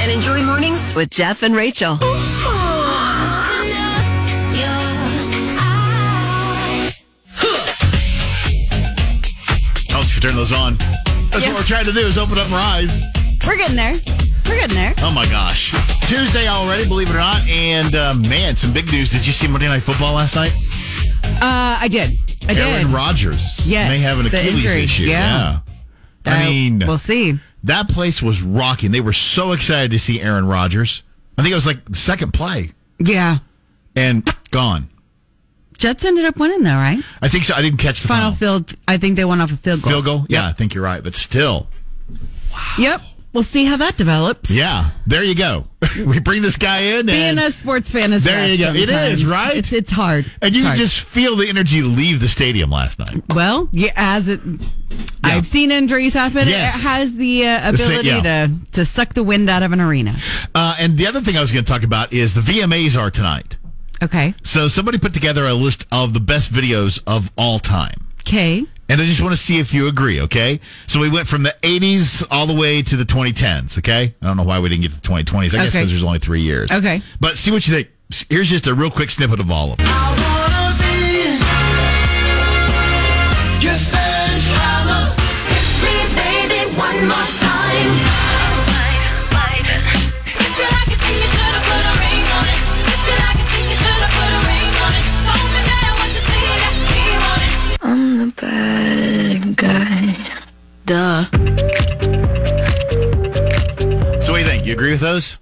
and enjoy mornings with Jeff and Rachel. Uh, Oh, she turned those on. That's Yeah. what we're trying to do is open up our eyes. We're getting there. We're getting there. Oh my gosh. Tuesday already, believe it or not. And uh, man, some big news. Did you see Monday Night Football last night? Uh, I did. I did. Aaron Rodgers Yes, may have an the Achilles injury. issue. Yeah. Yeah. I Uh, mean, we'll see. that place was rocking. They were so excited to see Aaron Rodgers. I think it was like the second play Yeah, and gone. Jets ended up winning though, right? I think so. I didn't catch the Final final, field. I think they won off a field goal. field goal. Yeah, I think you're right. But still, Yep. We'll see how that develops. yeah, there you go. we bring this guy in Being and, a sports fan is There rough you go. It sometimes. is, right? It's it's hard. and you It's could hard. just feel the energy leave the stadium last night. well, yeah, as it. I've seen injuries happen. Yes. It has the uh, The same- ability yeah. to to suck the wind out of an arena. Uh, and the other thing I was going to talk about is the VMAs are tonight. Okay. So somebody put together a list of the best videos of all time. Okay. And I just want to see if you agree, okay? So we went from the 80s all the way to the 2010s, okay? I don't know why we didn't get to the 2020s. I guess Okay. because there's only three years. Okay. But see what you think. Here's just a real quick snippet of all of them. I'm the bad guy. Duh. So what do you think? You agree with those?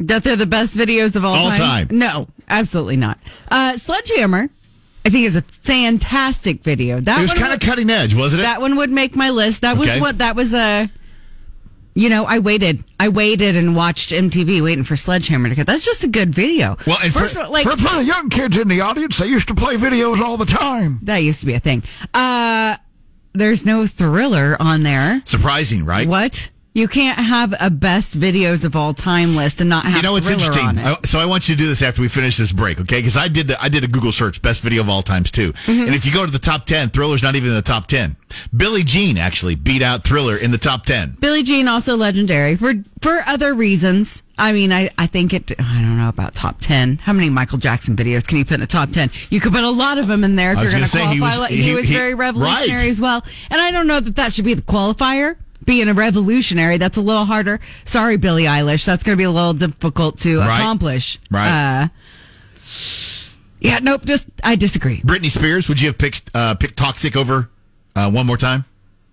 That they're the best videos of all, All time. No, absolutely not. Uh, Sledgehammer, I think, is a fantastic video. That It was one kind of would- cutting edge, wasn't it? that one would make my list. That was Okay. what that was a. You know, I waited. I waited and watched MTV waiting for Sledgehammer to cut. That's just a good video. Well, and first for, of all, like for, for the young kids in the audience, they used to play videos all the time. that used to be a thing. Uh, there's no thriller on there. Surprising, right? What? You can't have a best videos of all time list and not have You know, it's thriller interesting. on it. I- so I want you to do this after we finish this break, okay? Because I did the I did a Google search, best video of all times too. Mm-hmm. And if you go to the top ten, Thriller's not even in the top ten. Billie Jean actually beat out Thriller in the top ten. Billie Jean also legendary for for other reasons. I mean, I, I think it. I don't know about top ten. How many Michael Jackson videos can you put in the top ten? You could put a lot of them in there if I you're going was to gonna say, qualify. he was- Like, he- he- very revolutionary right. as well, and I don't know that that should be the qualifier. Being a revolutionary, that's a little harder. Sorry, Billie Eilish, that's going to be a little difficult to Right. accomplish. Right. Uh, yeah. Nope. Just I disagree. Britney Spears, would you have picked uh, picked Toxic over uh, one more time?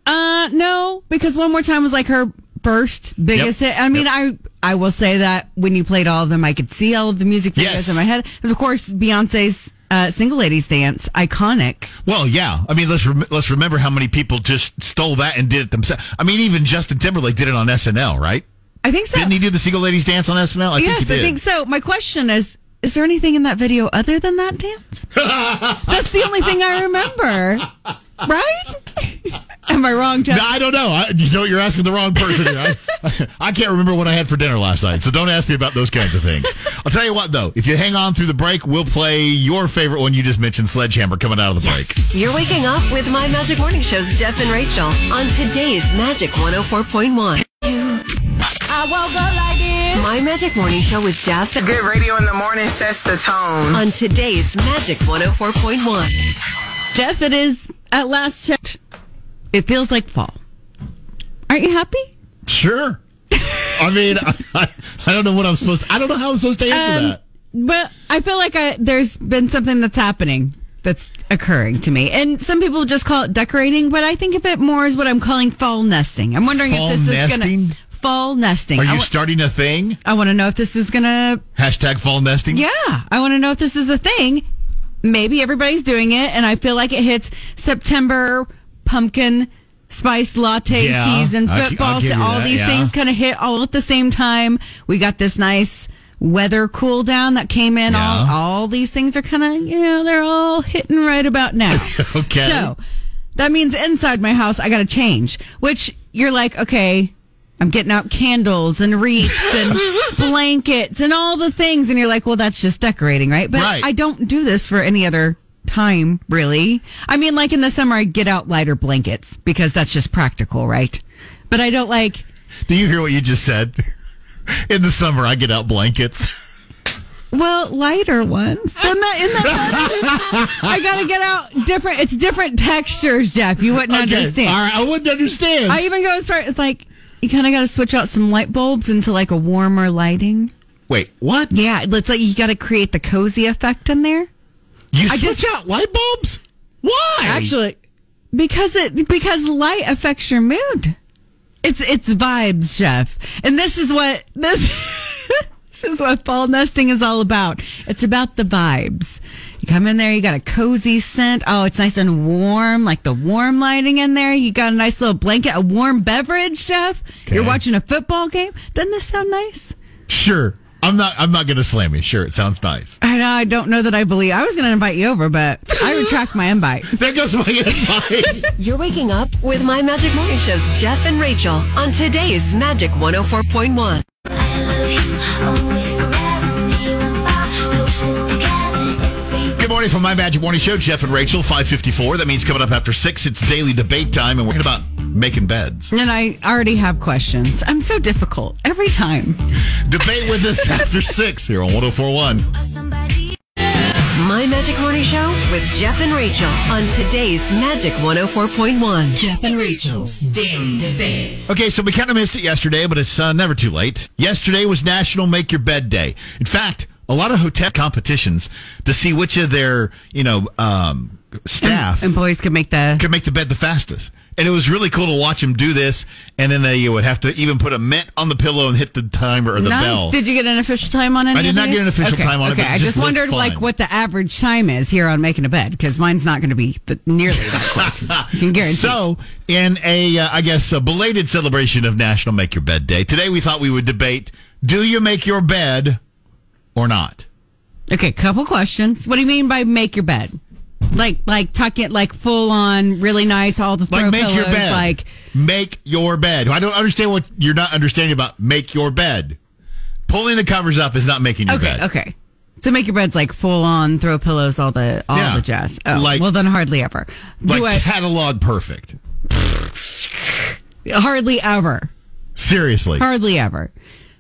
Uh, no, because one more time was like her first biggest Yep. hit. I mean, Yep. I I will say that when you played all of them, I could see all of the music videos Yes. in my head, and of course Beyonce's uh, "Single Ladies Dance," iconic. Well, yeah. I mean, let's rem- let's remember how many people just stole that and did it themselves. I mean, even Justin Timberlake did it on SNL, right? I think so. Didn't he do the single ladies dance on SNL? I think he yes, did. I think so. My question is: Is there anything in that video other than that dance? That's the only thing I remember, right? Am I wrong, Jeff? No, I don't know. I, you know, you're asking the wrong person. here. I, I can't remember what I had for dinner last night, so don't ask me about those kinds of things. I'll tell you what, though, if you hang on through the break, we'll play your favorite one you just mentioned, Sledgehammer, coming out of the break. You're waking up with My Magic Morning Show's Jeff and Rachel on today's Magic 104.1. I woke up like this. My Magic Morning Show with Jeff Good radio in the morning sets the tone. on today's Magic 104.1. Jeff, it is at last check. It feels like fall. Aren't you happy? Sure. I mean, I, I don't know what I'm supposed to, I don't know how I'm supposed to answer Um, that. But I feel like I, there's been something that's happening that's occurring to me. And some people just call it decorating, but I think of it more as what I'm calling fall nesting. I'm wondering Fall if this is going nesting? to fall nesting. Are I you starting a thing? want to know if this is going to Hashtag fall nesting? yeah, I want to know if this is a thing. Maybe everybody's doing it and I feel like it hits September pumpkin spice latte Yeah, season, I'll gi- I'll football, give you all that, these yeah. things kind of hit all at the same time. We got this nice weather cool down that came in. All, Yeah. all these things are kind of, you know, they're all hitting right about now. Okay. So that means inside my house, I got to change, which you're like, okay, I'm getting out candles and wreaths and blankets and all the things. And you're like, well, that's just decorating, right? But Right. I don't do this for any other time, really. I mean, like in the summer, I get out lighter blankets because that's just practical, right? But I don't like. Do you hear what you just said? In the summer, I get out blankets. Well, lighter ones. Then that, isn't that funny? I gotta get out different. It's different textures, Jeff. You wouldn't Okay, understand. All right, I wouldn't understand. I even go as far as like you kind of got to switch out some light bulbs into like a warmer lighting. Wait, what? Yeah, it's like you got to create the cozy effect in there. You I switch just- out light bulbs? Why? Actually, because it because light affects your mood. It's it's vibes, Jeff, and this is what this. This is what fall nesting is all about. It's about the vibes. You come in there, you got a cozy scent. Oh, it's nice and warm, like the warm lighting in there. You got a nice little blanket, a warm beverage, Jeff. You're Okay. watching a football game. Doesn't this sound nice? sure. I'm not. I'm not gonna slam you. Sure, it sounds nice. I know, I don't know that I believe. I was going to invite you over, but I retract my invite. There goes my invite. You're waking up with My Magic Morning Show's Jeff and Rachel on today's Magic 104.1. Good morning from my Magic Morning Show, Jeff and Rachel, 554. That means coming up after 6, it's daily debate time, and we're talking about making beds. And I already have questions. I'm so difficult every time. Debate with us after 6 here on 1041. My Magic Morning Show with Jeff and Rachel on today's Magic 104.1. Jeff and Rachel's Daily Debate. Okay, so we kind of missed it yesterday, but it's uh, never too late. Yesterday was National Make Your Bed Day. In fact, a lot of hotel competitions to see which of their, you know, um, staff Employees can make the. could make the bed the fastest. And it was really cool to watch them do this. And then they would have to even put a mint on the pillow and hit the timer or the nice. bell. Did you get an official time on it? did not get an official okay. time on it, Okay, but it I just just looked wondered like fun. what the average time is here on making a bed because mine's not going to be the, nearly that quick. You can guarantee. So, in a, uh, I guess, a belated celebration of National Make Your Bed Day, today we thought we would debate do you make your bed or not? okay, couple questions. What do you mean by make your bed? Like like tuck it like full on really nice all the Like, throw make your pillows, bed. like make your bed. I don't understand what you're not understanding about make your bed. Pulling the covers up is not making your okay bed. okay. So make your bed's like full on throw pillows all the all Yeah. the jazz. Oh, Like- well then hardly ever. Like do I catalog perfect. hardly ever. Seriously. Hardly ever.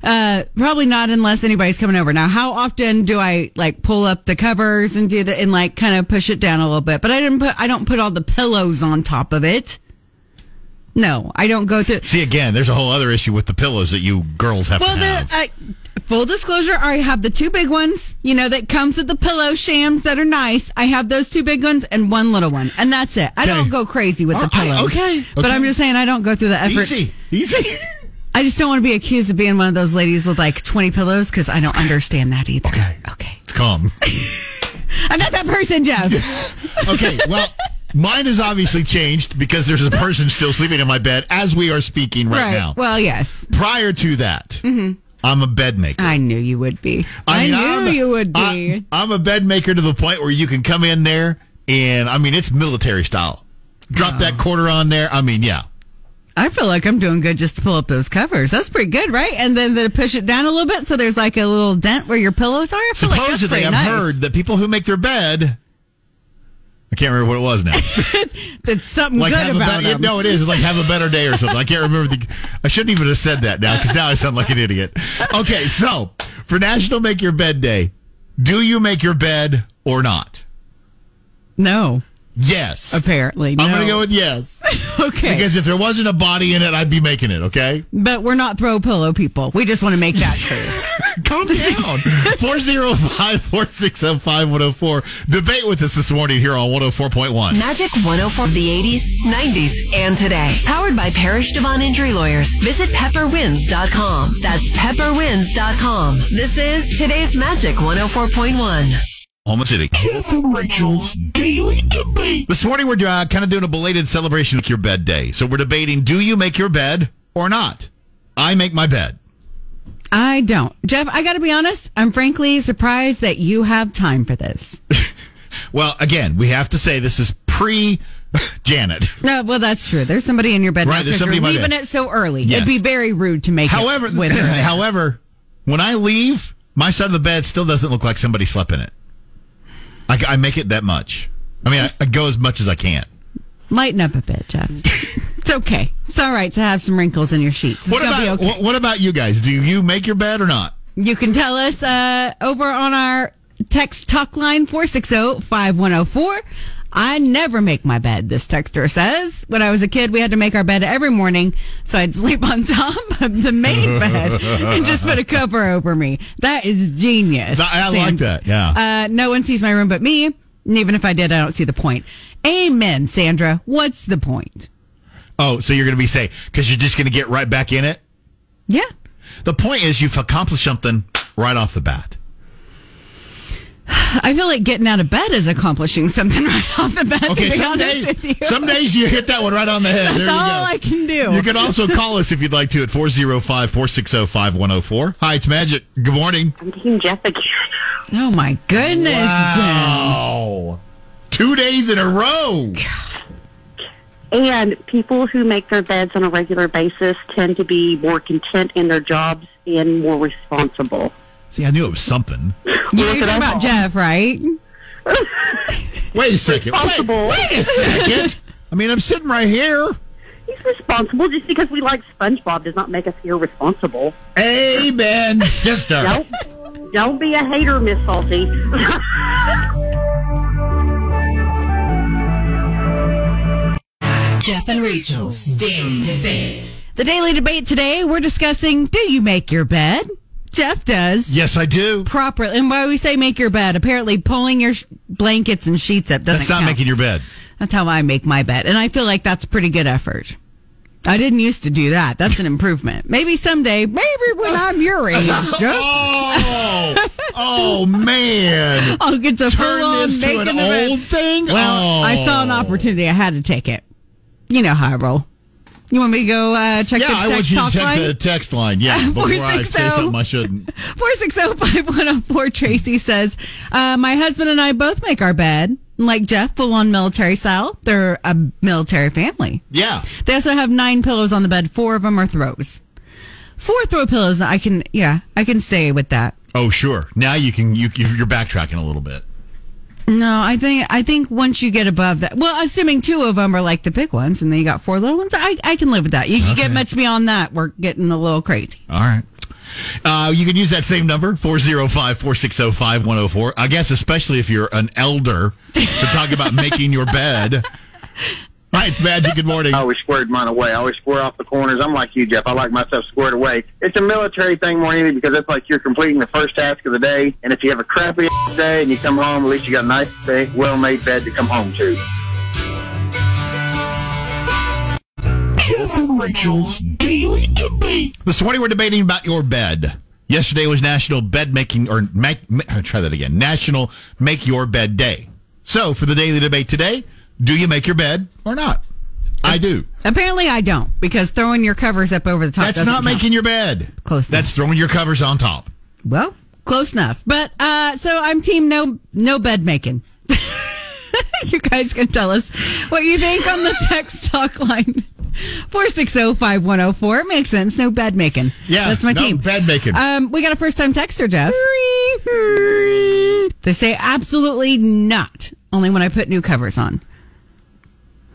Uh, probably not unless anybody's coming over. Now, how often do I like pull up the covers and do the and like kind of push it down a little bit? But I didn't put I don't put all the pillows on top of it. No, I don't go through. See again, there's a whole other issue with the pillows that you girls have Well, to the have. uh, full disclosure, I have the two big ones. You know that comes with the pillow shams that are nice. I have those two big ones and one little one, and that's it. I Okay. don't go crazy with All the right, pillows. okay, but okay. I'm just saying I don't go through the effort. easy. Easy. I just don't want to be accused of being one of those ladies with like 20 pillows because I don't understand that either. Okay. Okay. Calm. I'm not that person, Jeff. Okay, well, mine has obviously changed because there's a person still sleeping in my bed as we are speaking right, now. Well, yes. Prior to that, I'm a bed maker. I knew you would be. I, mean, knew I'm- you would be. I, am a bed maker to the point where you can come in there and I mean it's military style. Drop that Oh. quarter on there. I mean, yeah. I feel like I'm doing good just to pull up those covers. That's pretty good, right? And then to push it down a little bit so there's like a little dent where your pillows are. I feel like that's Supposedly, pretty I've nice. heard that people who make their bed. I can't remember what it was now. that's something Like good have a about better, them. no, it is like have a better day or something. I can't remember the. I shouldn't even have said that now because now I sound like an idiot. Okay, so for National Make Your Bed Day, do you make your bed or not? No, Yes, apparently. I'm no. going to go with yes okay. because if there wasn't a body in it, I'd be making it. Okay. but we're not throw pillow people. We just want to make that clear. Calm down. 405-460-5104. Debate with us this morning here on 104.1. Magic 104 of the 80s, 90s, and today. Powered by Parish Devon Injury Lawyers. Visit pepperwins.com. That's pepperwins.com. This is today's Magic 104.1. Oklahoma City. Jeff and Rachel's Daily Debate. This morning we're uh, kind of doing a belated celebration of your bed day. So we're debating, do you make your bed or not? I make my bed. I don't. Jeff, I got to be honest. I'm frankly surprised that you have time for this. Well, again, we have to say this is pre Janet. No, well, that's true. There's somebody in your bed. Right, now there's because somebody in you're my leaving bed. it so early. Yes. It'd be very rude to make However, it with her. however, when I leave, my side of the bed still doesn't look like somebody slept in it. I, I make it that much. I mean, I, I go as much as I can. Lighten up a bit, Jeff. It's okay. It's all right to have some wrinkles in your sheets. It's What gonna be about okay. what, what about you guys? Do you make your bed or not? You can tell us uh, over on our text talk line oh, 460-5104. I never make my bed, this texter says. When I was a kid, we had to make our bed every morning, so I'd sleep on top of the main bed and just put a cover over me. That is genius. Th- I Sam. like that, yeah. Uh, no one sees my room but me, and even if I did, I don't see the point. Amen, Sandra. What's the point? Oh, so you're going to be safe because you're just going to get right back in it. Yeah. The point is, you've accomplished something right off the bat. I feel like getting out of bed is accomplishing something right off the bat. Okay, to be some honest days, with you. some days you hit that one right on the head. there That's you all go. I can do. You can also call us if you'd like to at 405 460 5104. Hi, it's Magic. Good morning. Team Jeff again. oh my goodness, Wow. Two days in a row. And people who make their beds on a regular basis tend to be more content in their jobs and more responsible. See, I knew it was something. Jen. You're talking about Jeff, right? Wait a second. Wait, Responsible. wait a second. I mean, I'm sitting right here. He's responsible just because we like SpongeBob does not make us irresponsible. Amen, sister. Don't don't be a hater, Miss Salty. Jeff and Rachel's Daily Debate. The daily debate today, we're discussing do you make your bed? Jeff does. Yes, I do. Properly. And why we say make your bed, apparently pulling your sh- blankets and sheets up doesn't That's not count. making your bed. that's how I make my bed. And I feel like that's pretty good effort. I didn't used to do that. That's an improvement. Maybe someday, maybe when I'm your age, Jeff, Oh, oh man. I'll get to Turn full-on this to making an the bed. old thing. Well, Oh. I saw an opportunity. I had to take it. You know how I roll. You want me to go uh, check Yeah, the I text want you to talk check line? the text line. Yeah, before I say 460. something I shouldn't. 460-5104 Tracy says, uh, my husband and I both make our bed. Like Jeff, full on military style. They're a military family. Yeah. They also have nine pillows on the bed. Four of them are throws. Four throw pillows. I can, yeah, I can stay with that. Oh, sure. Now you can you you're backtracking a little bit. No, I think I think once you get above that, well, assuming two of them are like the big ones, and then you got four little ones, I, I can live with that. You can get Okay. much beyond that. We're getting a little crazy. All right. Uh, you can use that same number, 405-460-5104. I guess especially if you're an elder to talk about making your bed. Hi, it's Magic. Good morning. I always squared mine away. I always square off the corners. I'm like you, Jeff. I like my stuff squared away. It's a military thing more than anything because it's like you're completing the first task of the day. And if you have a crappy day and you come home, at least you got a nice, big, well-made bed to come home to. Jeff and Rachel's Daily Debate. This morning we're debating about your bed. Yesterday was National Bed Making or make, ma- try that again. National Make Your Bed Day. So for the daily debate today, do you make your bed or not? I do. Apparently, I don't because throwing your covers up over the top. That's doesn't not count. making your bed. Close enough. That's throwing your covers on top. well close enough. But uh, so I'm team no no bed making. you guys can tell us what you think on the text talk line. 460-5104. Makes sense. No bed making. Yeah, That's my no team. bed making. Um, we got a first time texter, Jeff. They say absolutely not. Only when I put new covers on.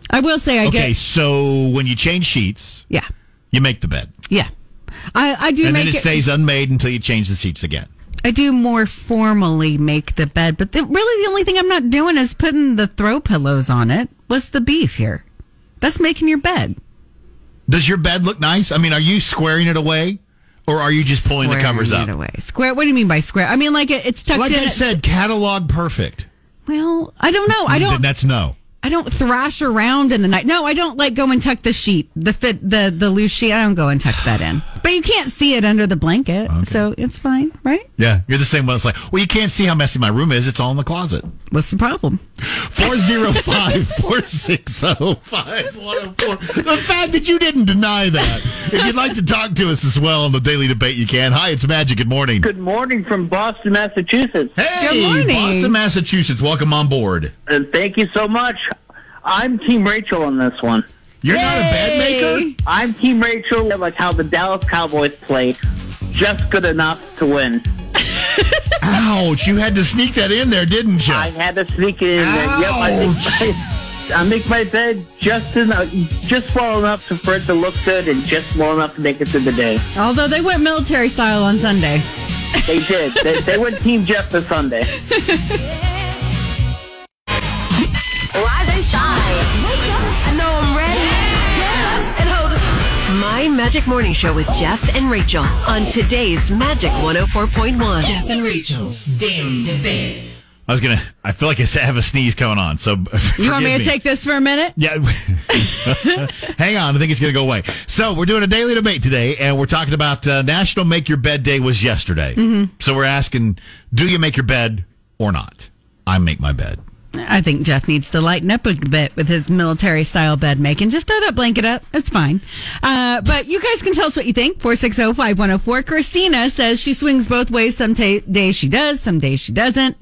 I will say I Okay, get so when you change sheets, yeah. you make the bed. Yeah. I, I do And then make it it, stays unmade until you change the sheets again. I do more formally make the bed, but the, really the only thing I'm not doing is putting the throw pillows on it. What's the beef here? That's making your bed. Does your bed look nice? I mean, are you squaring it away or are you just pulling the Squaring covers it up? Away. Square. What do you mean by square? I mean like it, it's tucked Like in. I at- said, catalog perfect. well, I don't know. I Then don't. that's no. I don't thrash around in the night. No, I don't like go and tuck the sheet, the fit, the the loose sheet. I don't go and tuck that in. But you can't see it under the blanket, so it's fine, right? Yeah, you're the same one. that's like, well, you can't see how messy my room is. It's all in the closet. What's the problem? 405 460 5104. The fact that you didn't deny that. If you'd like to talk to us as well on the daily debate, you can. Hi, it's Magic. Good morning. Good morning from Boston, Massachusetts. Hey, Good morning. Boston, Massachusetts. Welcome on board. And thank you so much. I'm Team Rachel on this one. You're not a bed maker? I'm Team Rachel, like how the Dallas Cowboys play. Just good enough to win. Ouch, you had to sneak that in there, didn't you? I had to sneak it in. there. Yep, I think I make my bed just enough, just well enough to- for it to look good, and just well enough to make it through the day. Although they went military style on Sunday. They did. they, they went Team Jeff this Sunday. Rise and shine. Wake up. I know I'm ready. Get up and hold it. My Magic Morning Show with Jeff and Rachel on today's Magic 104.1. Jeff and Rachel's Damn Debate. I was gonna. I feel like I have a sneeze coming on. So You want me to take this for a minute? Yeah. Hang on. I think it's going to go away. So, we're doing a daily debate today, and we're talking about uh, National Make Your Bed Day was yesterday. Mm-hmm. So, we're asking do you make your bed or not? I make my bed. I think Jeff needs to lighten up a bit with his military style bed making. Just throw that blanket up. It's fine. Uh, but you guys can tell us what you think. oh, 460 5104. Christina says she swings both ways. Some ta- days she does, some days she doesn't.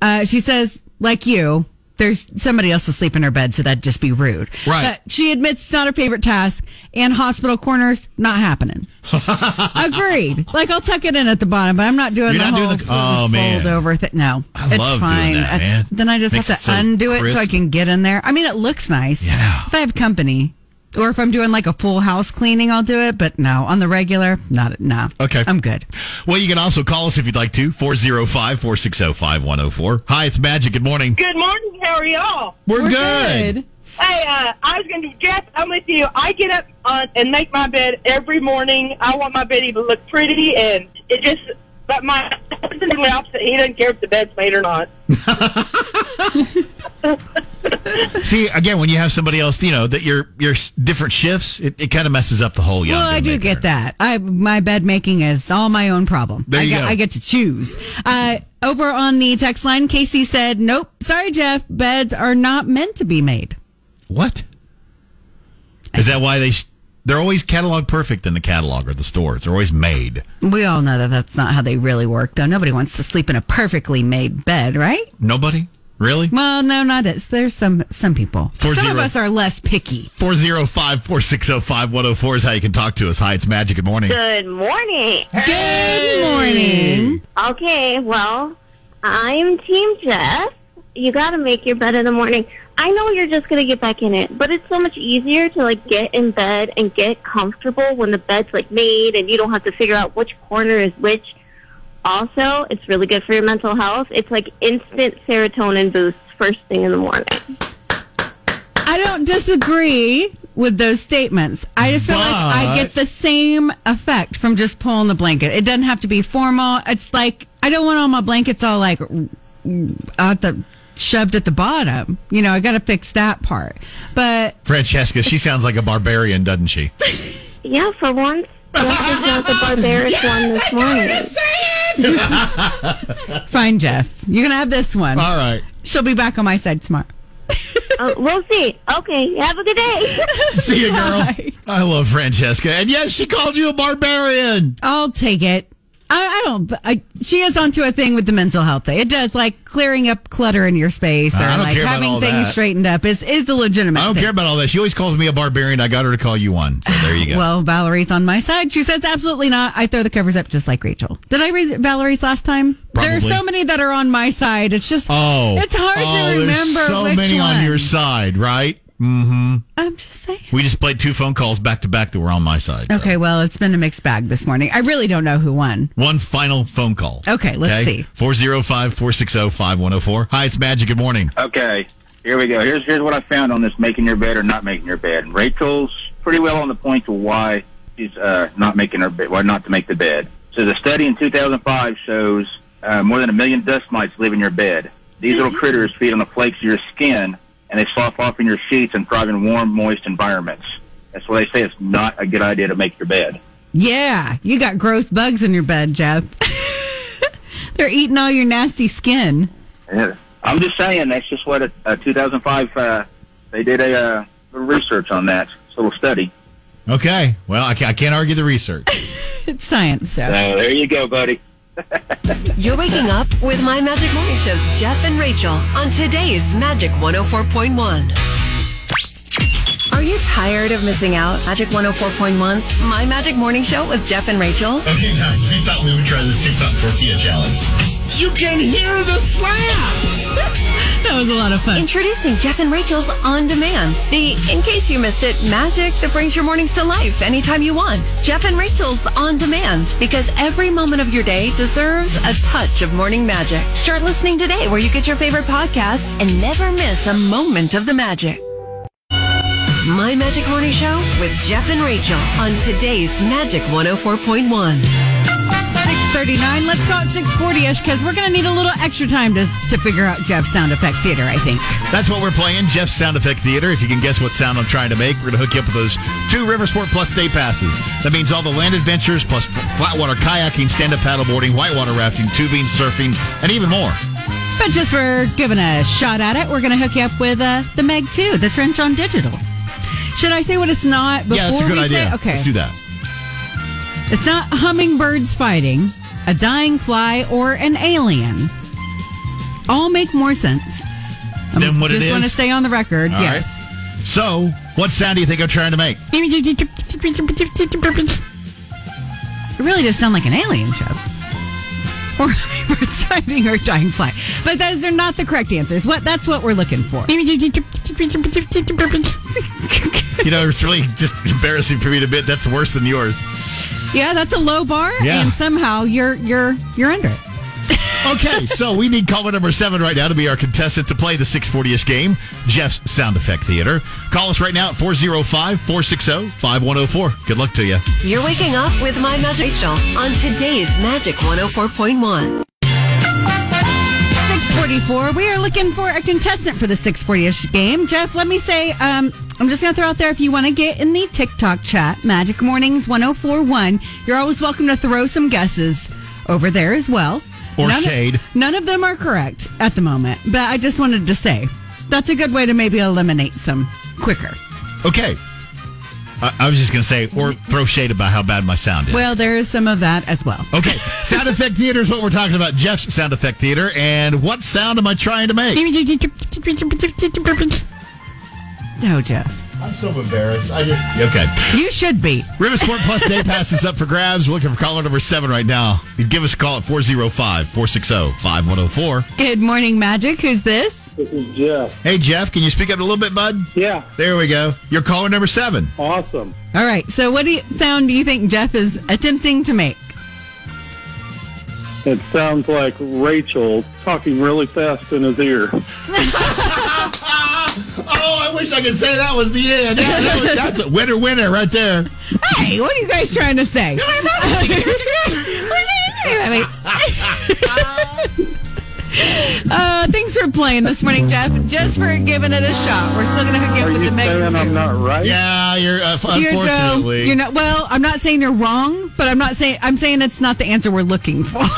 Uh, she says, like you, there's somebody else asleep in her bed, so that'd just be rude. Right. But she admits it's not her favorite task, and hospital corners, not happening. Agreed. Like, I'll tuck it in at the bottom, but I'm not doing You're the not whole doing the- oh, fold man. over thing. No. I it's love doing fine. that, That's- man. Then I just Makes have it to so undo it so I crisp. can get in there. I mean, it looks nice. Yeah. If I have company, or if I'm doing like a full house cleaning, I'll do it. But no, on the regular, not no. Okay. I'm good. Well, you can also call us if you'd like to 405 460 5104. Hi, it's Magic. Good morning. Good morning. How are y'all? We're, good. Hey, uh, I was going to, Jeff, I'm with you. I get up on, and make my bed every morning. I want my bed to look pretty, and it just, but my husband's the opposite. He doesn't care if the bed's made or not. See, again, when you have somebody else, you know, that your your s- different shifts, it, it kind of messes up the whole yeah, Well, I'm Oh, I gonna do make get dinner. that. I my bed making is all my own problem. There I you get, go. I get to choose. Uh, over on the text line, Casey said, "Nope, sorry, Jeff. Beds are not meant to be made." What? Is that why they sh- they're always catalog perfect in the catalog or the stores? They're always made. We all know that that's not how they really work, though. Nobody wants to sleep in a perfectly made bed, right? Nobody really. Well, no, not us. There's some some people. Four some of zero. us are less picky. 405-460-5104 is how you can talk to us. Hi, it's Magic. Good morning. Good morning. Good morning. Okay, well, I'm Team Jeff. You gotta make your bed in the morning. I know you're just gonna get back in it, but it's so much easier to like get in bed and get comfortable when the bed's like made and you don't have to figure out which corner is which. Also, it's really good for your mental health. It's like instant serotonin boost first thing in the morning. I don't disagree with those statements. I just feel like I get the same effect from just pulling the blanket. It doesn't have to be formal. It's like I don't want all my blankets all like out the shoved at the bottom. You know, I got to fix that part. But Francesca, she sounds like a barbarian, doesn't she? Yeah, for once, Jeff is not the barbaric one this morning. fine, Jeff, you're gonna have this one. All right. She'll be back on my side tomorrow. Uh, we'll see. Okay, have a good day. See you, girl. I love Francesca. And yes, she called you a barbarian. I'll take it. I, I don't. I, she is onto a thing with the mental health thing. It does like clearing up clutter in your space or I don't like care about all having things that. straightened up is is a legitimate. I don't thing. care about all that. She always calls me a barbarian. I got her to call you one. So there you go. Well, Valerie's on my side. She says absolutely not. I throw the covers up just like Rachel. Did I read Valerie's last time? There are Probably. so many that are on my side. It's just oh. it's hard oh, to remember There's so which many on one. your side, right? Mm-hmm. I'm just saying. We just played two phone calls back to back that were on my side. so. Okay, well, it's been a mixed bag this morning. I really don't know who won. One final phone call. Okay, let's see. 405 460 5104. Hi, it's Magic. Good morning. Okay, here we go. Here's here's what I found on this making your bed or not making your bed. Rachel's pretty well on the point to why she's uh, not making her bed, why not to make the bed. So the study in 2005 shows uh, more than a million dust mites live in your bed. These little critters feed on the flakes of your skin, and they slough off in your sheets and thrive in warm, moist environments. That's why they say it's not a good idea to make your bed. Yeah, you got gross bugs in your bed, Jeff. They're eating all your nasty skin. Yeah. I'm just saying that's just what a, a 2005 uh, they did a uh, little research on that It's a little study. Okay. Well, I ca- I can't argue the research. It's science, Jeff. So Oh, there you go, buddy. You're waking up with My Magic Morning Show's Jeff and Rachel on today's Magic 104.1. Are you tired of missing out? Magic 104.1's My Magic Morning Show with Jeff and Rachel? Okay, guys, we thought we would try this TikTok tortilla challenge. You can hear the slap. That was a lot of fun. Introducing Jeff and Rachel's On Demand, the in case you missed it magic that brings your mornings to life anytime you want. Jeff and Rachel's On Demand, because every moment of your day deserves a touch of morning magic. Start listening today where you get your favorite podcasts and never miss a moment of the magic. My Magic Morning Show with Jeff and Rachel on today's Magic 104.1. 639. Let's go at 640-ish because we're going to need a little extra time to, to figure out Jeff's sound effect theater, I think. That's what we're playing, Jeff's Sound Effect Theater. If you can guess what sound I'm trying to make, we're going to hook you up with those two Riversport Plus day passes. That means all the land adventures, plus flatwater kayaking, stand-up paddleboarding, whitewater rafting, tubing, surfing, and even more. But just for giving a shot at it, we're going to hook you up with uh, the Meg 2, the Trench on Digital. Should I say what it's not before yeah, that's a good we idea. say? Okay. Let's do that. It's not hummingbirds fighting, a dying fly, or an alien. All make more sense. I Then what it Um, just want to is? stay on the record. All right. yes. So, what sound do you think I'm trying to make? It really does sound like an alien show. Or hummingbirds fighting or dying fly. But those are not the correct answers. What that's what we're looking for. You know, it's really just embarrassing for me to admit that's worse than yours. Yeah, that's a low bar Yeah. and somehow you're you're you're under it. Okay, so we need caller number seven right now to be our contestant to play the 640-ish game, Jeff's Sound Effect Theater. Call us right now at 405-460-5104. Good luck to you. You're waking up with My Magic Rachel on today's Magic 104.1. 644. We are looking for a contestant for the 640-ish game. Jeff, let me say, um, I'm just going to throw out there if you want to get in the TikTok chat, Magic Mornings 1041, you're always welcome to throw some guesses over there as well. Or None of- shade. none of them are correct at the moment, but I just wanted to say that's a good way to maybe eliminate some quicker. Okay. I, I was just going to say, or throw shade about how bad my sound is. Well, there is some of that as well. okay, Sound Effect Theater is what we're talking about, Jeff's Sound Effect Theater. And what sound am I trying to make? No, Jeff. I'm so embarrassed. I just... Okay. You should be. River Sport Plus Day Pass is up for grabs. We're looking for caller number seven right now. You give us a call at 405-460-5104. Good morning, Magic. Who's this? This is Jeff. Hey, Jeff, can you speak up a little bit, bud? Yeah, There we go. You're caller number seven. awesome. All right. So, what do you, sound do you think Jeff is attempting to make? It sounds like Rachel talking really fast in his ear. Oh, I wish I could say that was the end. Yeah, that was- that's a winner, winner right there. Hey, what are you guys trying to say? What are you doing? I mean- Uh, thanks for playing this morning, Jeff. Just for giving it a shot. We're still going to hook you up Are with you the saying I'm Megan. not right? Yeah, you're uh, f- You're, no- unfortunately. you're not. Well, I'm not saying you're wrong, but I'm not saying I'm saying it's not the answer we're looking for.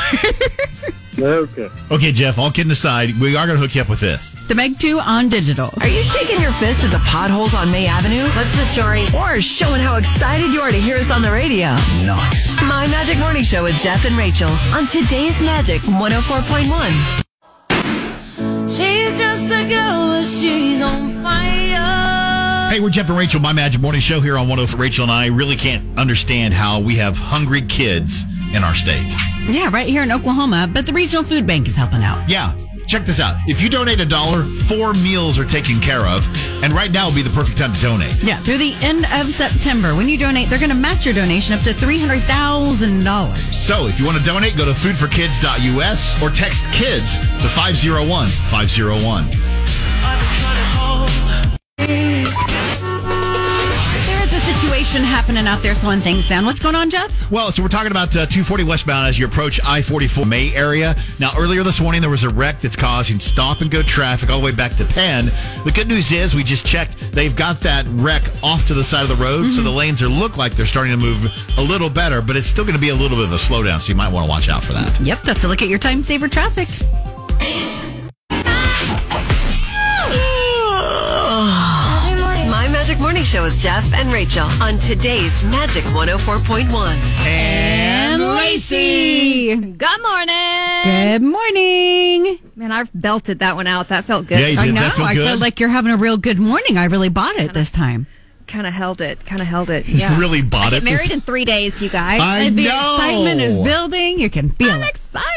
Okay. okay, Jeff. All kidding aside, we are going to hook you up with this. the Meg Two on digital. Are you shaking your fist at the potholes on May Avenue? What's the story? Or showing how excited you are to hear us on the radio? Nice. My Magic Morning Show with Jeff and Rachel on today's Magic 104.1. She's just a girl, but she's on fire. Hey, we're Jeff and Rachel, my Magic Morning Show here on 104. Rachel and I really can't understand how we have hungry kids in our state. Yeah, right here in Oklahoma, but the regional food bank is helping out. Yeah. Check this out. If you donate a dollar, four meals are taken care of. And right now would be the perfect time to donate. Yeah, through the end of September, when you donate, they're going to match your donation up to three hundred thousand dollars. So if you want to donate, go to foodforkids.us or text kids to 501 501. There is a situation happening out there slowing things down. What's going on, Jeff? Well, so we're talking about uh, 240 westbound as you approach I-44 May area. Now, earlier this morning, there was a wreck that's causing stop and go traffic all the way back to Penn. The good news is we just checked; they've got that wreck off to the side of the road, so the lanes are look like they're starting to move a little better, but it's still going to be a little bit of a slowdown. So you might want to watch out for that. Yep, that's a look at your time saver traffic. My Magic Morning Show with Jeff and Rachel on today's Magic 104.1. And Good morning. Good morning. Man, I've belted that one out. That felt good. Yeah, you I did. know. that feel I good? feel like you're having a real good morning. I really bought it this time. Kind of held it. Kind of held it. Yeah. really bought I get it. married in three days, you guys. I And the know. excitement is building. You can feel I'm it. excited.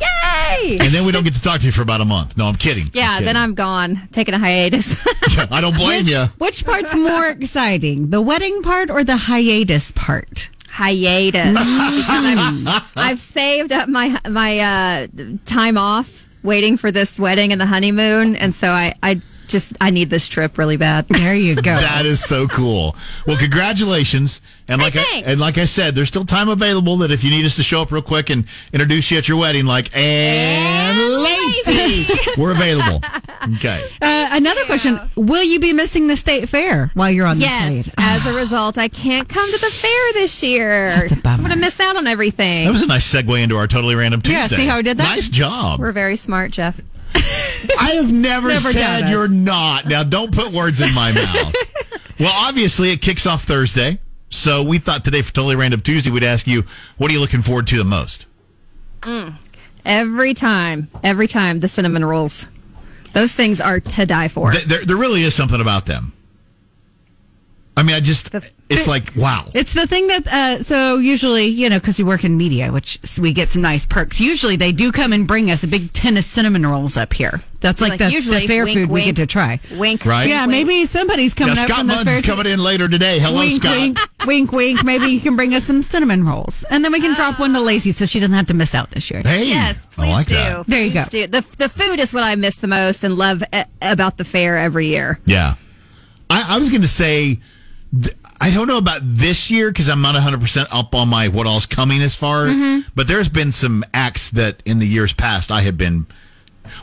Yay. Yay! And then we don't get to talk to you for about a month. No, I'm kidding. Yeah, kidding. then I'm gone, taking a hiatus. I don't blame you. Which part's more exciting, the wedding part or the hiatus part? Hiatus. I've, I've saved up my my uh, time off waiting for this wedding and the honeymoon, and so I, I just I need this trip really bad. There you go. That is so cool. Well, congratulations. And like I, Thanks. and like I said, there's still time available that if you need us to show up real quick and introduce you at your wedding, like and, Lacey. We're available. Okay. Uh, another question: Will you be missing the state fair while you're on yes. this hiatus? As a result, I can't come to the fair this year. I'm going to miss out on everything. That was a nice segue into our totally random Tuesday. Yeah, see how I did that? Nice job. We're very smart, Jeff. I have never, Never done said it. you're not. Now, don't put words in my mouth. well, obviously, it kicks off Thursday. So we thought today for Totally Random Tuesday, we'd ask you, what are you looking forward to the most? Mm. Every time, every time, the cinnamon rolls. Those things are to die for. Th- there, there really is something about them. I mean, I just, it's like, wow. It's the thing that, uh, so usually, you know, because you work in media, which s- we get some nice perks. Usually they do come and bring us a big tin of cinnamon rolls up here. That's like, Like, the, the usually, fair wink, food we wink. get to try. Wink. Right? Yeah, maybe somebody's coming now, up Scott from the Munns fair. is coming in later today. Hello, wink, Scott. Wink, wink, wink. Maybe you can bring us some cinnamon rolls. And then we can drop Ah. one to Lacey so she doesn't have to miss out this year. Hey, Yes, I like that. do. There you Please go. do. The, the food is what I miss the most and love eh, about the fair every year. Yeah. I, I was going to say, th- I don't know about this year because I'm not 100% up on my what all's coming as far, Mhm. Mm-hmm. but there's been some acts that in the years past I have been.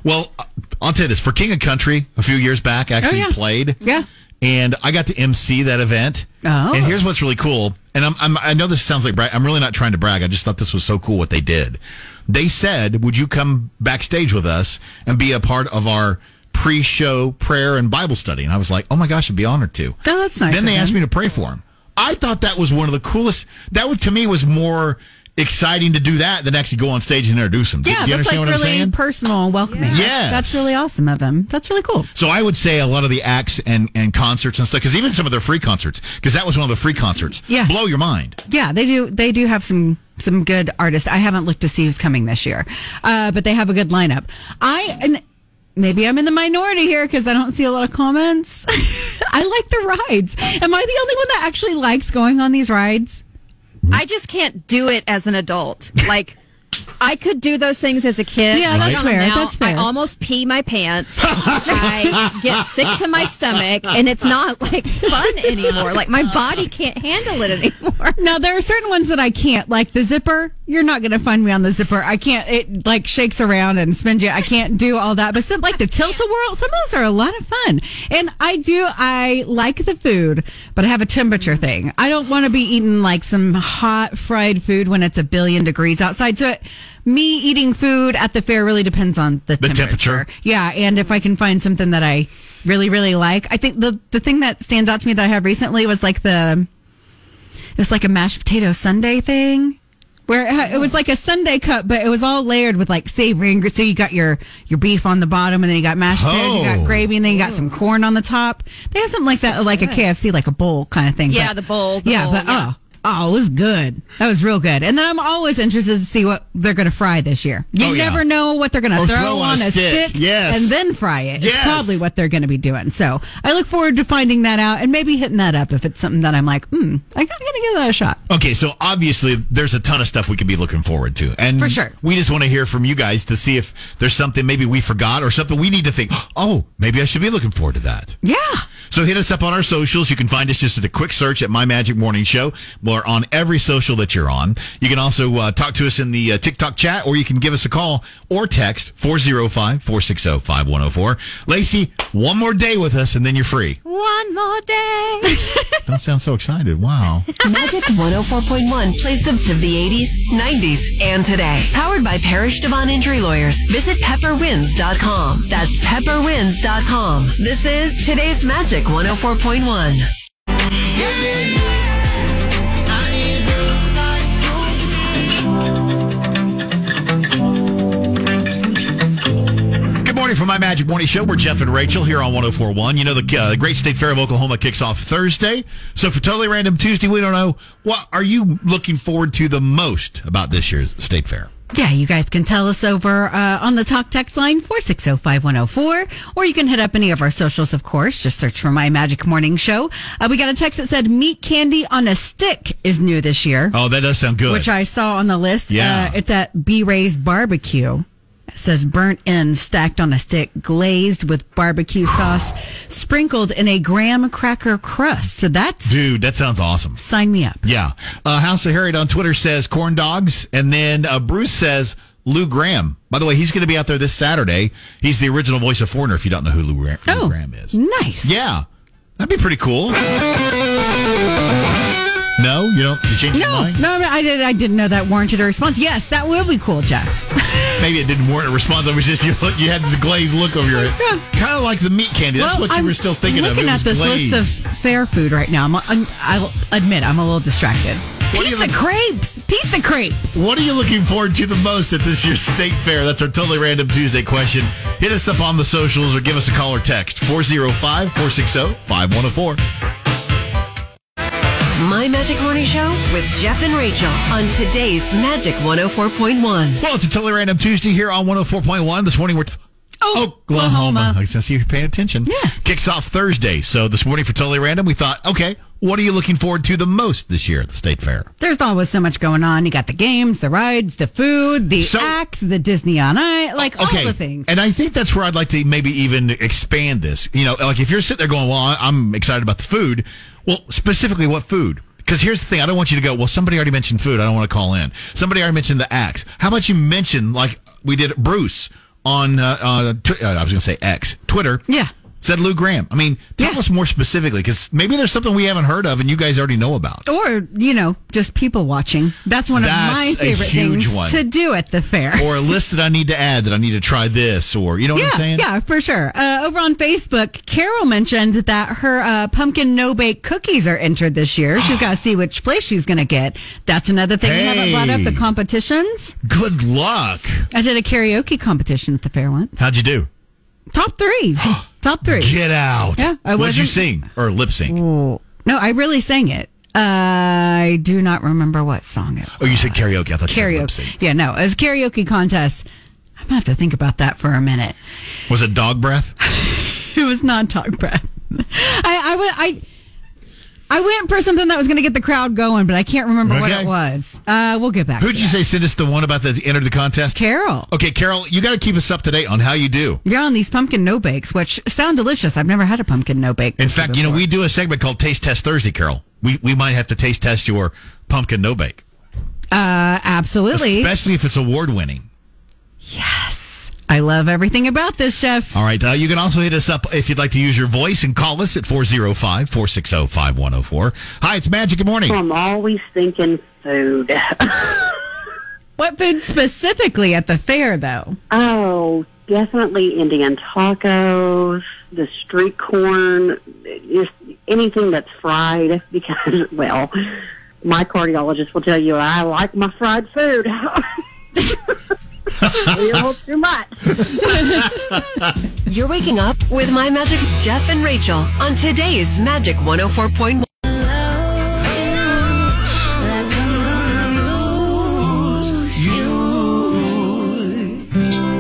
Well, uh, I'll tell you this for King of Country a few years back, I actually yeah. played. Oh, Yeah. And I got to MC that event. Oh. And here's what's really cool. And I'm, I'm, I know this sounds like brag. I'm really not trying to brag. I just thought this was so cool what they did. They said, Would you come backstage with us and be a part of our pre show prayer and Bible study? And I was like, Oh my gosh, I'd be honored to. Oh, that's nice. Then of they them. asked me to pray for him. I thought that was one of the coolest. That was, to me was more exciting to do that than actually go on stage and introduce him. Do- Yeah, do you that's like understand what I'm really saying? personal and welcoming. Yes. That's- That's really awesome of them. That's really cool. So I would say a lot of the acts and, and concerts and stuff, because even some of their free concerts, because that was one of the free concerts. Yeah. Blow your mind. Yeah, they do. They do have some some good artists. I haven't looked to see who's coming this year, uh, but they have a good lineup. I and maybe I'm in the minority here because I don't see a lot of comments. I like the rides. Am I the only one that actually likes going on these rides? I just can't do it as an adult. Like, I could do those things as a kid. Yeah, I that's don't know fair, now. that's fair. I almost pee my pants. I get sick to my stomach, and it's not like fun anymore. Like my body can't handle it anymore. Now there are certain ones that I can't, like the zipper. You're not going to find me on the zipper. I can't. It like shakes around and spins you. I can't do all that. But some, like the tilt a whirl, some of those are a lot of fun. And I do. I like the food, but I have a temperature thing. I don't want to be eating like some hot fried food when it's a billion degrees outside. So. It, me eating food at the fair really depends on the, The temperature. yeah, and if I can find something that I really, really like, I think the the thing that stands out to me that I had recently was like the it was like a mashed potato sundae thing. Where it ha- it was like a Sunday cup, but it was all layered with like savory ingredients. So you got your, your beef on the bottom, and then you got mashed potatoes, you Oh. got gravy, and then you got some corn on the top. They have something like that, like a good. KFC, like a bowl kind of thing. Yeah, but- the bowl, the yeah, bowl, but yeah. oh, oh, it was good. That was real good. And then I'm always interested to see what they're going to fry this year. You Oh, yeah. never know what they're going to Or throw, on a stick, Yes. and then fry it. It's Yes. probably what they're going to be doing. So I look forward to finding that out and maybe hitting that up if it's something that I'm like, hmm, I'm going to give that a shot. Okay, so obviously there's a ton of stuff we could be looking forward to. And For sure. we just want to hear from you guys to see if there's something maybe we forgot or something we need to think, oh, maybe I should be looking forward to that. Yeah. So hit us up on our socials. You can find us just at a quick search at My Magic Morning Show. We're on every social that you're on. You can also uh, talk to us in the uh, TikTok chat, or you can give us a call or text 405-460-5104. Lacey, one more day with us, and then you're free. One more day. Don't sound so excited. Wow. Magic 104.1 plays hits of the 80s, 90s, and today. Powered by Parish Devon Injury Lawyers. Visit pepperwinds.com. That's pepperwinds.com. This is today's Magic 104.1. Good morning from my Magic Morning Show. We're Jeff and Rachel here on 1041. You know, the uh, Great State Fair of Oklahoma kicks off Thursday. So, for Totally Random Tuesday, we don't know what are you looking forward to the most about this year's State Fair? Yeah, you guys can tell us over uh, on the talk text line 4605104, or you can hit up any of our socials, of course. Just search for My Magic Morning Show. Uh, we got a text that said meat candy on a stick is new this year. Oh, that does sound good. Which I saw on the list. Yeah. Uh, it's at B Ray's Barbecue. It says burnt ends stacked on a stick, glazed with barbecue sauce, sprinkled in a graham cracker crust. So that's Dude, that sounds awesome. sign me up. Yeah. Uh, House of Harriet on Twitter says corn dogs. And then uh, Bruce says Lou Graham. By the way, he's going to be out there this Saturday. He's the original voice of Foreigner, if you don't know who Lou, Gra- Lou Oh, Graham is. nice. Yeah. That'd be pretty cool. No, you don't. You changed your No, mind? no, no, I did. I didn't know that warranted a response. Yes, that will be cool, Jeff. Maybe it didn't warrant a response. I was just you. Look, you had this glazed look over your head, kind of like the meat candy. That's what you I'm were still thinking of. looking It at was this glazed. list of fair food right now. I'm, I'm, I'll admit I'm a little distracted. What do you Pizza look- crepes, pizza crepes. What are you looking forward to the most at this year's state fair? That's our totally random Tuesday question. Hit us up on the socials or give us a call or text 405 460 5104. My Magic Morning Show with Jeff and Rachel on today's Magic 104.1. Well, it's a totally random Tuesday here on 104.1. This morning we're. Oh, Oklahoma. I guess you're paying attention. Yeah. Kicks off Thursday. So this morning for Totally Random, we thought, okay, what are you looking forward to the most this year at the State Fair? There's always so much going on. You got the games, the rides, the food, the acts, the Disney on Ice, like all the things. And I think that's where I'd like to maybe even expand this. You know, like if you're sitting there going, well, I- I'm excited about the food. Well, specifically what food? Because here's the thing. I don't want you to go, well, somebody already mentioned food. I don't want to call in. Somebody already mentioned the axe. How about you mention, like we did Bruce on, uh, uh, tw- uh, I was going to say X, Twitter. Yeah. Said Lou Graham. I mean, tell us more specifically because maybe there's something we haven't heard of and you guys already know about. Or, you know, just people watching. That's one That's of my a favorite huge things one. to do at the fair. Or a list that I need to add that I need to try this or, you know what yeah, I'm saying? yeah, for sure. Uh, over on Facebook, Carol mentioned that her uh, pumpkin no bake cookies are entered this year. She's got to see which place she's going to get. That's another thing we haven't brought up Ah. Hey. the competitions. Good luck. I did a karaoke competition at the fair once. How'd you do? Top three. Top three. Get out. Yeah, I What did you wasn't- sing or lip sync? Ooh. No, I really sang it. Uh, I do not remember what song it was. Oh, you said karaoke. I thought you said lip sync. Karaoke. Yeah, no, it was karaoke contest. I'm going to have to think about that for a minute. Was it dog breath? it was not dog breath. I I went I. I went for something that was going to get the crowd going, but I can't remember what Okay. it was. Uh, we'll get back. Who'd you say sent us the one about the entered the contest? Carol. Okay, Carol, you got to keep us up to date on how you do. You're on these pumpkin no bakes, which sound delicious. I've never had a pumpkin no bake. In fact, you know we do a segment called Taste Test Thursday, Carol. We we might have to taste test your pumpkin no bake, Uh, absolutely. especially if it's award winning. I love everything about this, Chef. All right. Uh, you can also hit us up if you'd like to use your voice and call us at 405 460 5104. Hi, it's Magic. Good morning. I'm always thinking food. What food specifically at the fair, though? oh, definitely Indian tacos, the street corn, just anything that's fried because, well, my cardiologist will tell you I like my fried food. We all too much. You're waking up with My Magic's Jeff and Rachel on today's Magic 104.1.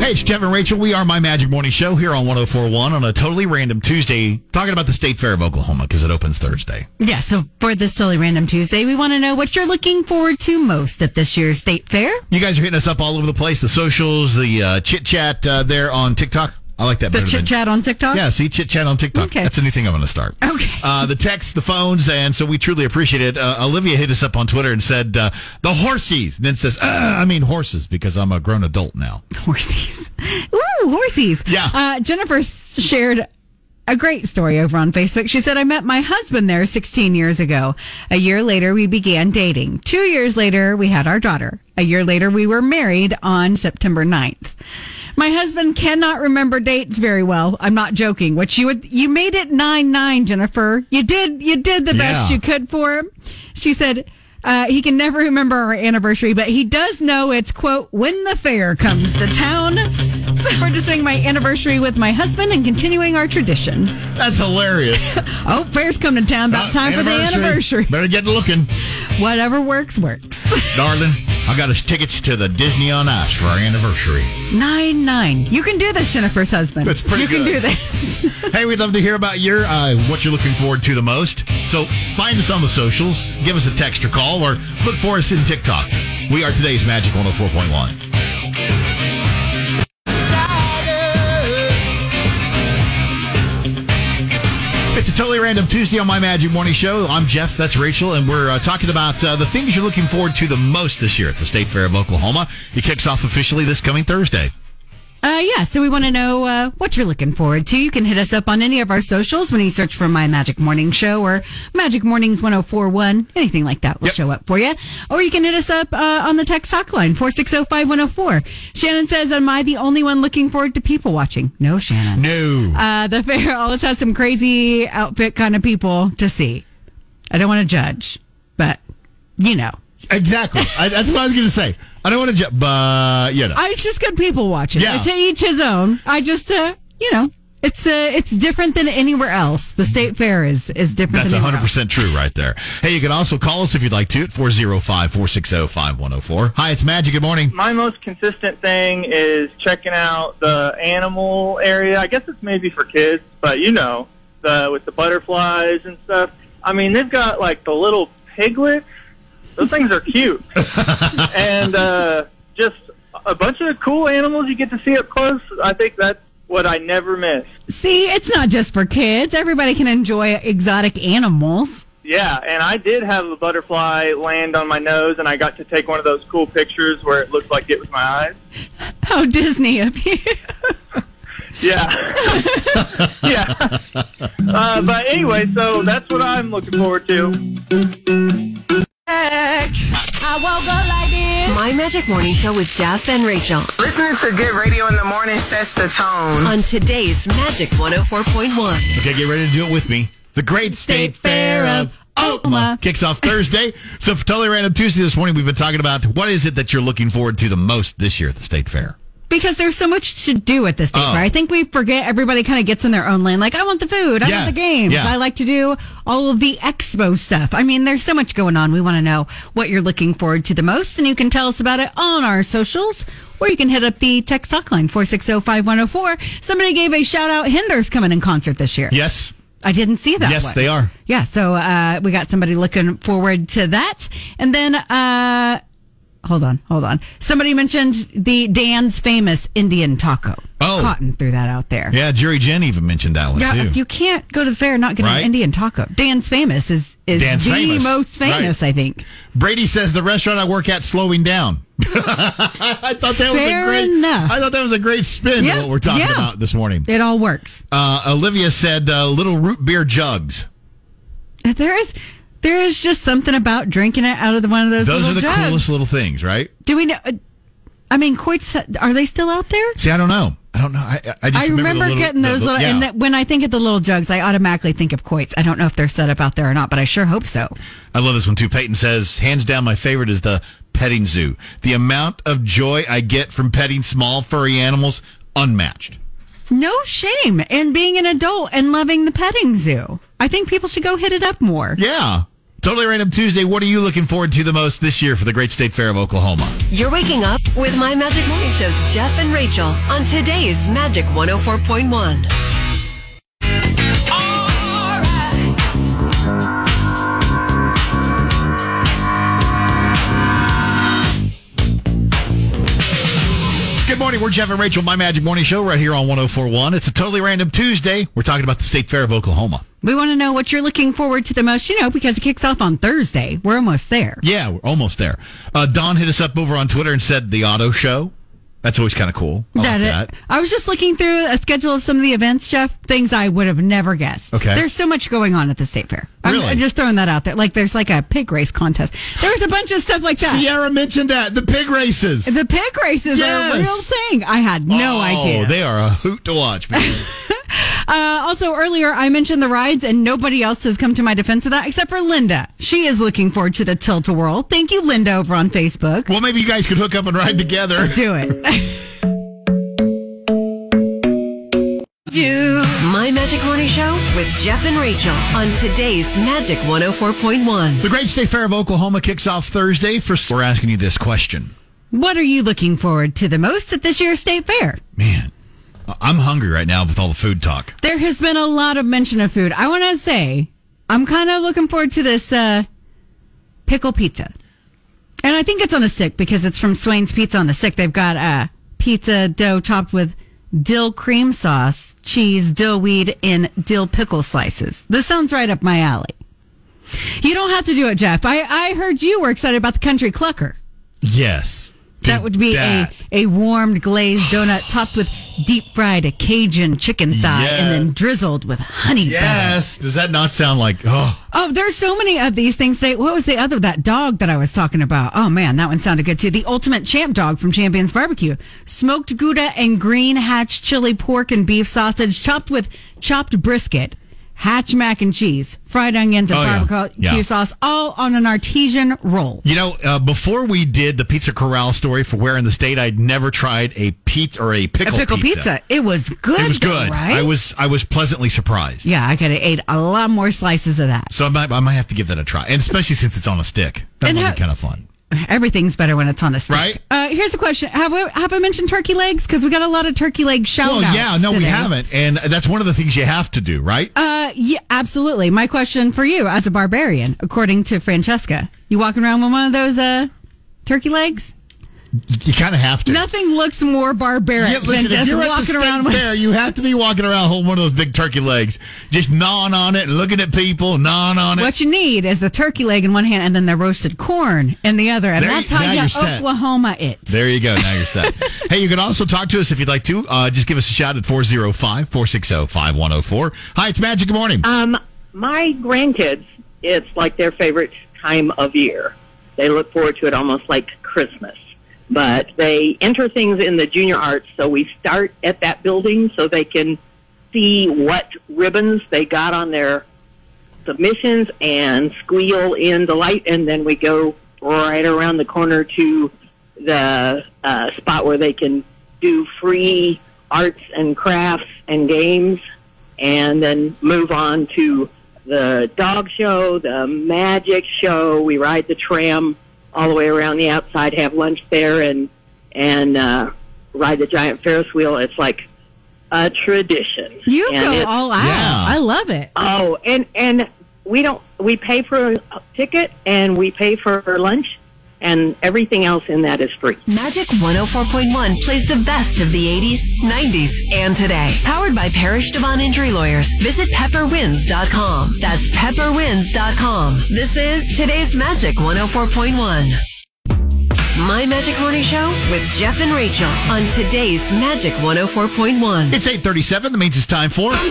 Hey, it's Jeff and Rachel. We are My Magic Morning Show here on 1041 on a totally random Tuesday, talking about the State Fair of Oklahoma because it opens Thursday. Yeah, so for this totally random Tuesday, we want to know what you're looking forward to most at this year's state fair. You guys are hitting us up all over the place the socials, the uh, chit chat uh, there on TikTok. I like that The better than- chit chat on TikTok. Yeah, see, chit chat on TikTok. Okay. That's a new thing I'm going to start. Okay. Uh, the text, the phones, and so we truly appreciate it. Uh, Olivia hit us up on Twitter and said, uh, the horsies. And then says, "Uh, I mean horses because I'm a grown adult now. Horsies. Ooh, horsies. Yeah. Uh, Jennifer s- shared a great story over on Facebook. She said, I met my husband there 16 years ago. A year later, we began dating. Two years later, we had our daughter. A year later, we were married on September 9th. My husband cannot remember dates very well. I'm not joking. Which you would, you made it nine nine, Jennifer. You did, you did the best Yeah. you could for him. She said uh, he can never remember our anniversary, but he does know it's quote when the fair comes to town. So we're just doing my anniversary with my husband and continuing our tradition. That's hilarious. oh, fair's come Uh, to town. About time for the anniversary. Better get looking, Whatever works, works. darling. I got us tickets to the Disney on Ice for our anniversary. Nine nine. You can do this, Jennifer's husband. That's pretty You can good. do this. hey, we'd love to hear about your uh, what you're looking forward to the most. So find us on the socials, give us a text or call, or look for us in TikTok. We are today's Magic 104.1. It's a totally random Tuesday on my Magic Morning Show. I'm Jeff. That's Rachel, and we're uh, talking about uh, the things you're looking forward to the most this year at the State Fair of Oklahoma. It kicks off officially this coming Thursday. Uh, yeah, so we want to know uh, what you're looking forward to. You can hit us up on any of our socials when you search for My Magic Morning Show or Magic Mornings 1041, anything like that will show up for you. Or you can hit us up uh, on the text talk line, 4605104. Shannon says, Am I the only one looking forward to people watching? No, Shannon. No. Uh, the fair always has some crazy outfit kind of people to see. I don't want to judge, but you know. Exactly. I, that's what I was going to say. I don't want to, ju- but you know. I, it's just good people watching. Yeah. To each his own. I just, uh, you know, it's uh, it's different than anywhere else. The state fair is is different. Mm-hmm. That's than 100 anywhere else. percent true right there. Hey, you can also call us if you'd like to at 405-460-5104. Hi, it's Magic. Good morning. My most consistent thing is checking out the animal area. I guess it's maybe for kids, but you know, the with the butterflies and stuff. I mean, they've got like the little piglets. Those things are cute, and uh, just a bunch of cool animals you get to see up close. I think that's what I never miss. See, it's not just for kids. Everybody can enjoy exotic animals. Yeah, and I did have a butterfly land on my nose, and I got to take one of those cool pictures where it looked like it was my eyes. How Disney of you. Yeah. yeah. Uh, but anyway, so that's what I'm looking forward to. I woke up like this. My Magic Morning Show with Jeff and Rachel. Listening to good radio in the morning sets the tone. On today's Magic 104.1. Okay, get ready to do it with me. The Great State, Fair of Oklahoma kicks off Thursday. so for totally random Tuesday this morning, we've been talking about what is it that you're looking forward to the most this year at the State Fair. Because there's so much to do at this state Oh. fair. I think we forget everybody kind of gets in their own lane. Like, I want the food. I Yeah. want the games. Yeah. I like to do all of the expo stuff. I mean, there's so much going on. We want to know what you're looking forward to the most, and you can tell us about it on our socials. Or you can hit up the text talk line, 460-5104. Somebody gave a shout out. Hinder's coming in concert this year. Yes. I didn't see that. Yes, one. they are. Yeah, so uh, we got somebody looking forward to that. And then, uh, hold on, hold on. Somebody mentioned the Dan's famous Indian taco. Oh. Cotton threw that out there. Yeah, Jerry Jen even mentioned that one Yeah, too. you can't go to the fair and not get Right. an Indian taco. Dan's famous is is Dan's the famous. most famous, Right. I think. Brady says the restaurant I work at slowing down. I thought that was a Fair great. enough. I thought that was a great spin to Yeah, what we're talking yeah. about this morning. It all works. Uh, Olivia said uh, little root beer jugs. There is there is just something about drinking it out of the, one of those. Those little are the jugs. coolest little things, right? Do we know? I mean, quoits are they still out there? See, I don't know. I don't know. I, I just I remember, the remember little- getting the- those the- little, yeah. and that when I think of the little jugs, I automatically think of Coits. I don't know if they're set up out there or not, but I sure hope so. I love this one too. Peyton says, hands down, my favorite is the petting zoo. The amount of joy I get from petting small furry animals, unmatched. No shame in being an adult and loving the petting zoo. I think people should go hit it up more. Yeah. Totally random Tuesday. What are you looking forward to the most this year for the Great State Fair of Oklahoma? You're waking up with My Magic Morning Show's Jeff and Rachel on today's Magic 104.1. Good morning. We're Jeff and Rachel, My Magic Morning Show, right here on 1041. It's a totally random Tuesday. We're talking about the State Fair of Oklahoma. We want to know what you're looking forward to the most, you know, because it kicks off on Thursday. We're almost there. Yeah, we're almost there. Uh, Don hit us up over on Twitter and said the auto show. That's always kind of cool. I like That that. it- I was just looking through a schedule of some of the events, Jeff. Things I would have never guessed. Okay. there's so much going on at the state fair. I'm- Really? I'm, just throwing that out there. Like there's like a pig race contest. There was a bunch of stuff like that. Sierra mentioned that the pig races. The pig races are a real Yes. thing. I had no oh, idea. they are a hoot to watch. man. Uh, also, earlier I mentioned the rides, and nobody else has come to my defense of that except for Linda. She is looking forward to the tilt a whirl. Thank you, Linda, over on Facebook. well, maybe you guys could hook up and ride together. Do it. You. My Magic Morning Show with Jeff and Rachel on today's Magic 104.1. The Great State Fair of Oklahoma kicks off Thursday. For we're asking you this question. What are you looking forward to the most at this year's state fair? I- I'm hungry right now with all the food talk. There has been a lot of mention of food. I want to say I'm kind of looking forward to this uh, pickle pizza, and I think it's on a stick because it's from Swain's Pizza on a stick. They've got uh, pizza dough topped with dill cream sauce, cheese, dill weed, and dill pickle slices. This sounds right up my alley. You don't have to do it, Jeff. I, I heard you were excited about the country clucker. Yes. That would be that. a a warmed glazed donut topped with deep fried Cajun chicken thigh and then drizzled with honey. Yes. Does that not sound like, oh, Oh, there's so many of these things. They what was the other that dog that I was talking about? Oh man, that one sounded good too. The ultimate champ dog from Champions Barbecue, smoked gouda and green hatch chili pork and beef sausage chopped with chopped brisket, hatch mac and cheese, fried onions and Oh, yeah. barbecue Yeah. sauce, all on an artesian roll. You know, uh, before we did the Pizza Corral story for where in the state, I'd never tried a pizza or a pickle, a pickle pizza. It was good. It was though, good. right? I was I was pleasantly surprised. Yeah, I could have ate a lot more slices of that. So I might I might have to give that a try, and especially since it's on a stick. That And would how- be kind of fun. Everything's better when it's on a stick. Right? Uh, here's the question: Have we have I mentioned turkey legs? Because we got a lot of turkey leg shout Well, yeah, no, we haven't, and that's one of the things you have to do, right? Uh, yeah, absolutely. My question for you, as a barbarian, according to Francesca, you walking around with one of those uh turkey legs? You kind of have to. Nothing looks more barbaric Yeah, listen, than just if you're at the walking state around with. fair, you have to be walking around holding one of those big turkey legs, just gnawing on it and looking at people, gnawing on it. What you need is the turkey leg in one hand and then the roasted corn in the other, and There you- that's how now you you're set. Oklahoma it. There you go. Now you're set. hey, you can also talk to us if you'd like to. Uh, just give us a shout at 405 460 5104. Hi, it's Magic. Good morning. Um, my grandkids, it's like their favorite time of year. They look forward to it almost like Christmas. But they enter things in the junior arts, so we start at that building so they can see what ribbons they got on their submissions and squeal in delight, and then we go right around the corner to the uh, spot where they can do free arts and crafts and games and then move on to the dog show, the magic show. We ride the tram all the way around the outside, have lunch there, and and uh, ride the giant Ferris wheel. It's like a tradition. You And go it's- all out. I love it. Oh, and and we don't we pay for a ticket and we pay for lunch and everything else in that is free. Magic 104.1 plays the best of the 80s, 90s, and today. Powered by Parish Devon Injury Lawyers. Visit pepperwinds.com. That's pepperwinds.com. This is today's Magic 104.1. My Magic Morning Show with Jeff and Rachel on today's Magic 104.1. It's 837. That means it's time for. Hey,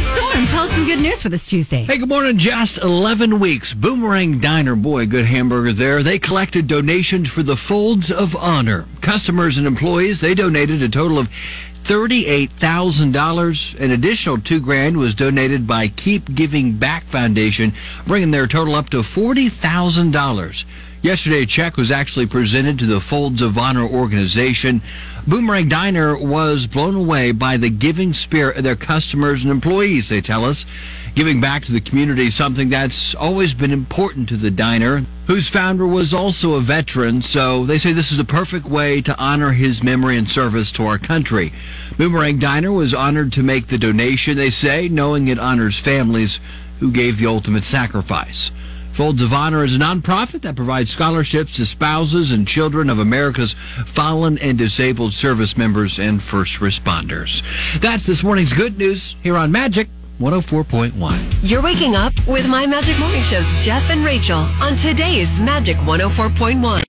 Storm, tell us some good news for this Tuesday. Hey, good morning. Just 11 weeks. Boomerang Diner, boy, good hamburger there. They collected donations for the Folds of Honor. Customers and employees, they donated a total of $38,000. An additional two grand was donated by Keep Giving Back Foundation, bringing their total up to $40,000. Yesterday, a check was actually presented to the Folds of Honor organization. Boomerang Diner was blown away by the giving spirit of their customers and employees, they tell us. Giving back to the community is something that's always been important to the diner, whose founder was also a veteran, so they say this is the perfect way to honor his memory and service to our country. Boomerang Diner was honored to make the donation, they say, knowing it honors families who gave the ultimate sacrifice. Folds of Honor is a nonprofit that provides scholarships to spouses and children of America's fallen and disabled service members and first responders. That's this morning's good news here on Magic 104.1. You're oh waking up with My Magic Morning Show's Jeff and Rachel on today's Magic 104.1.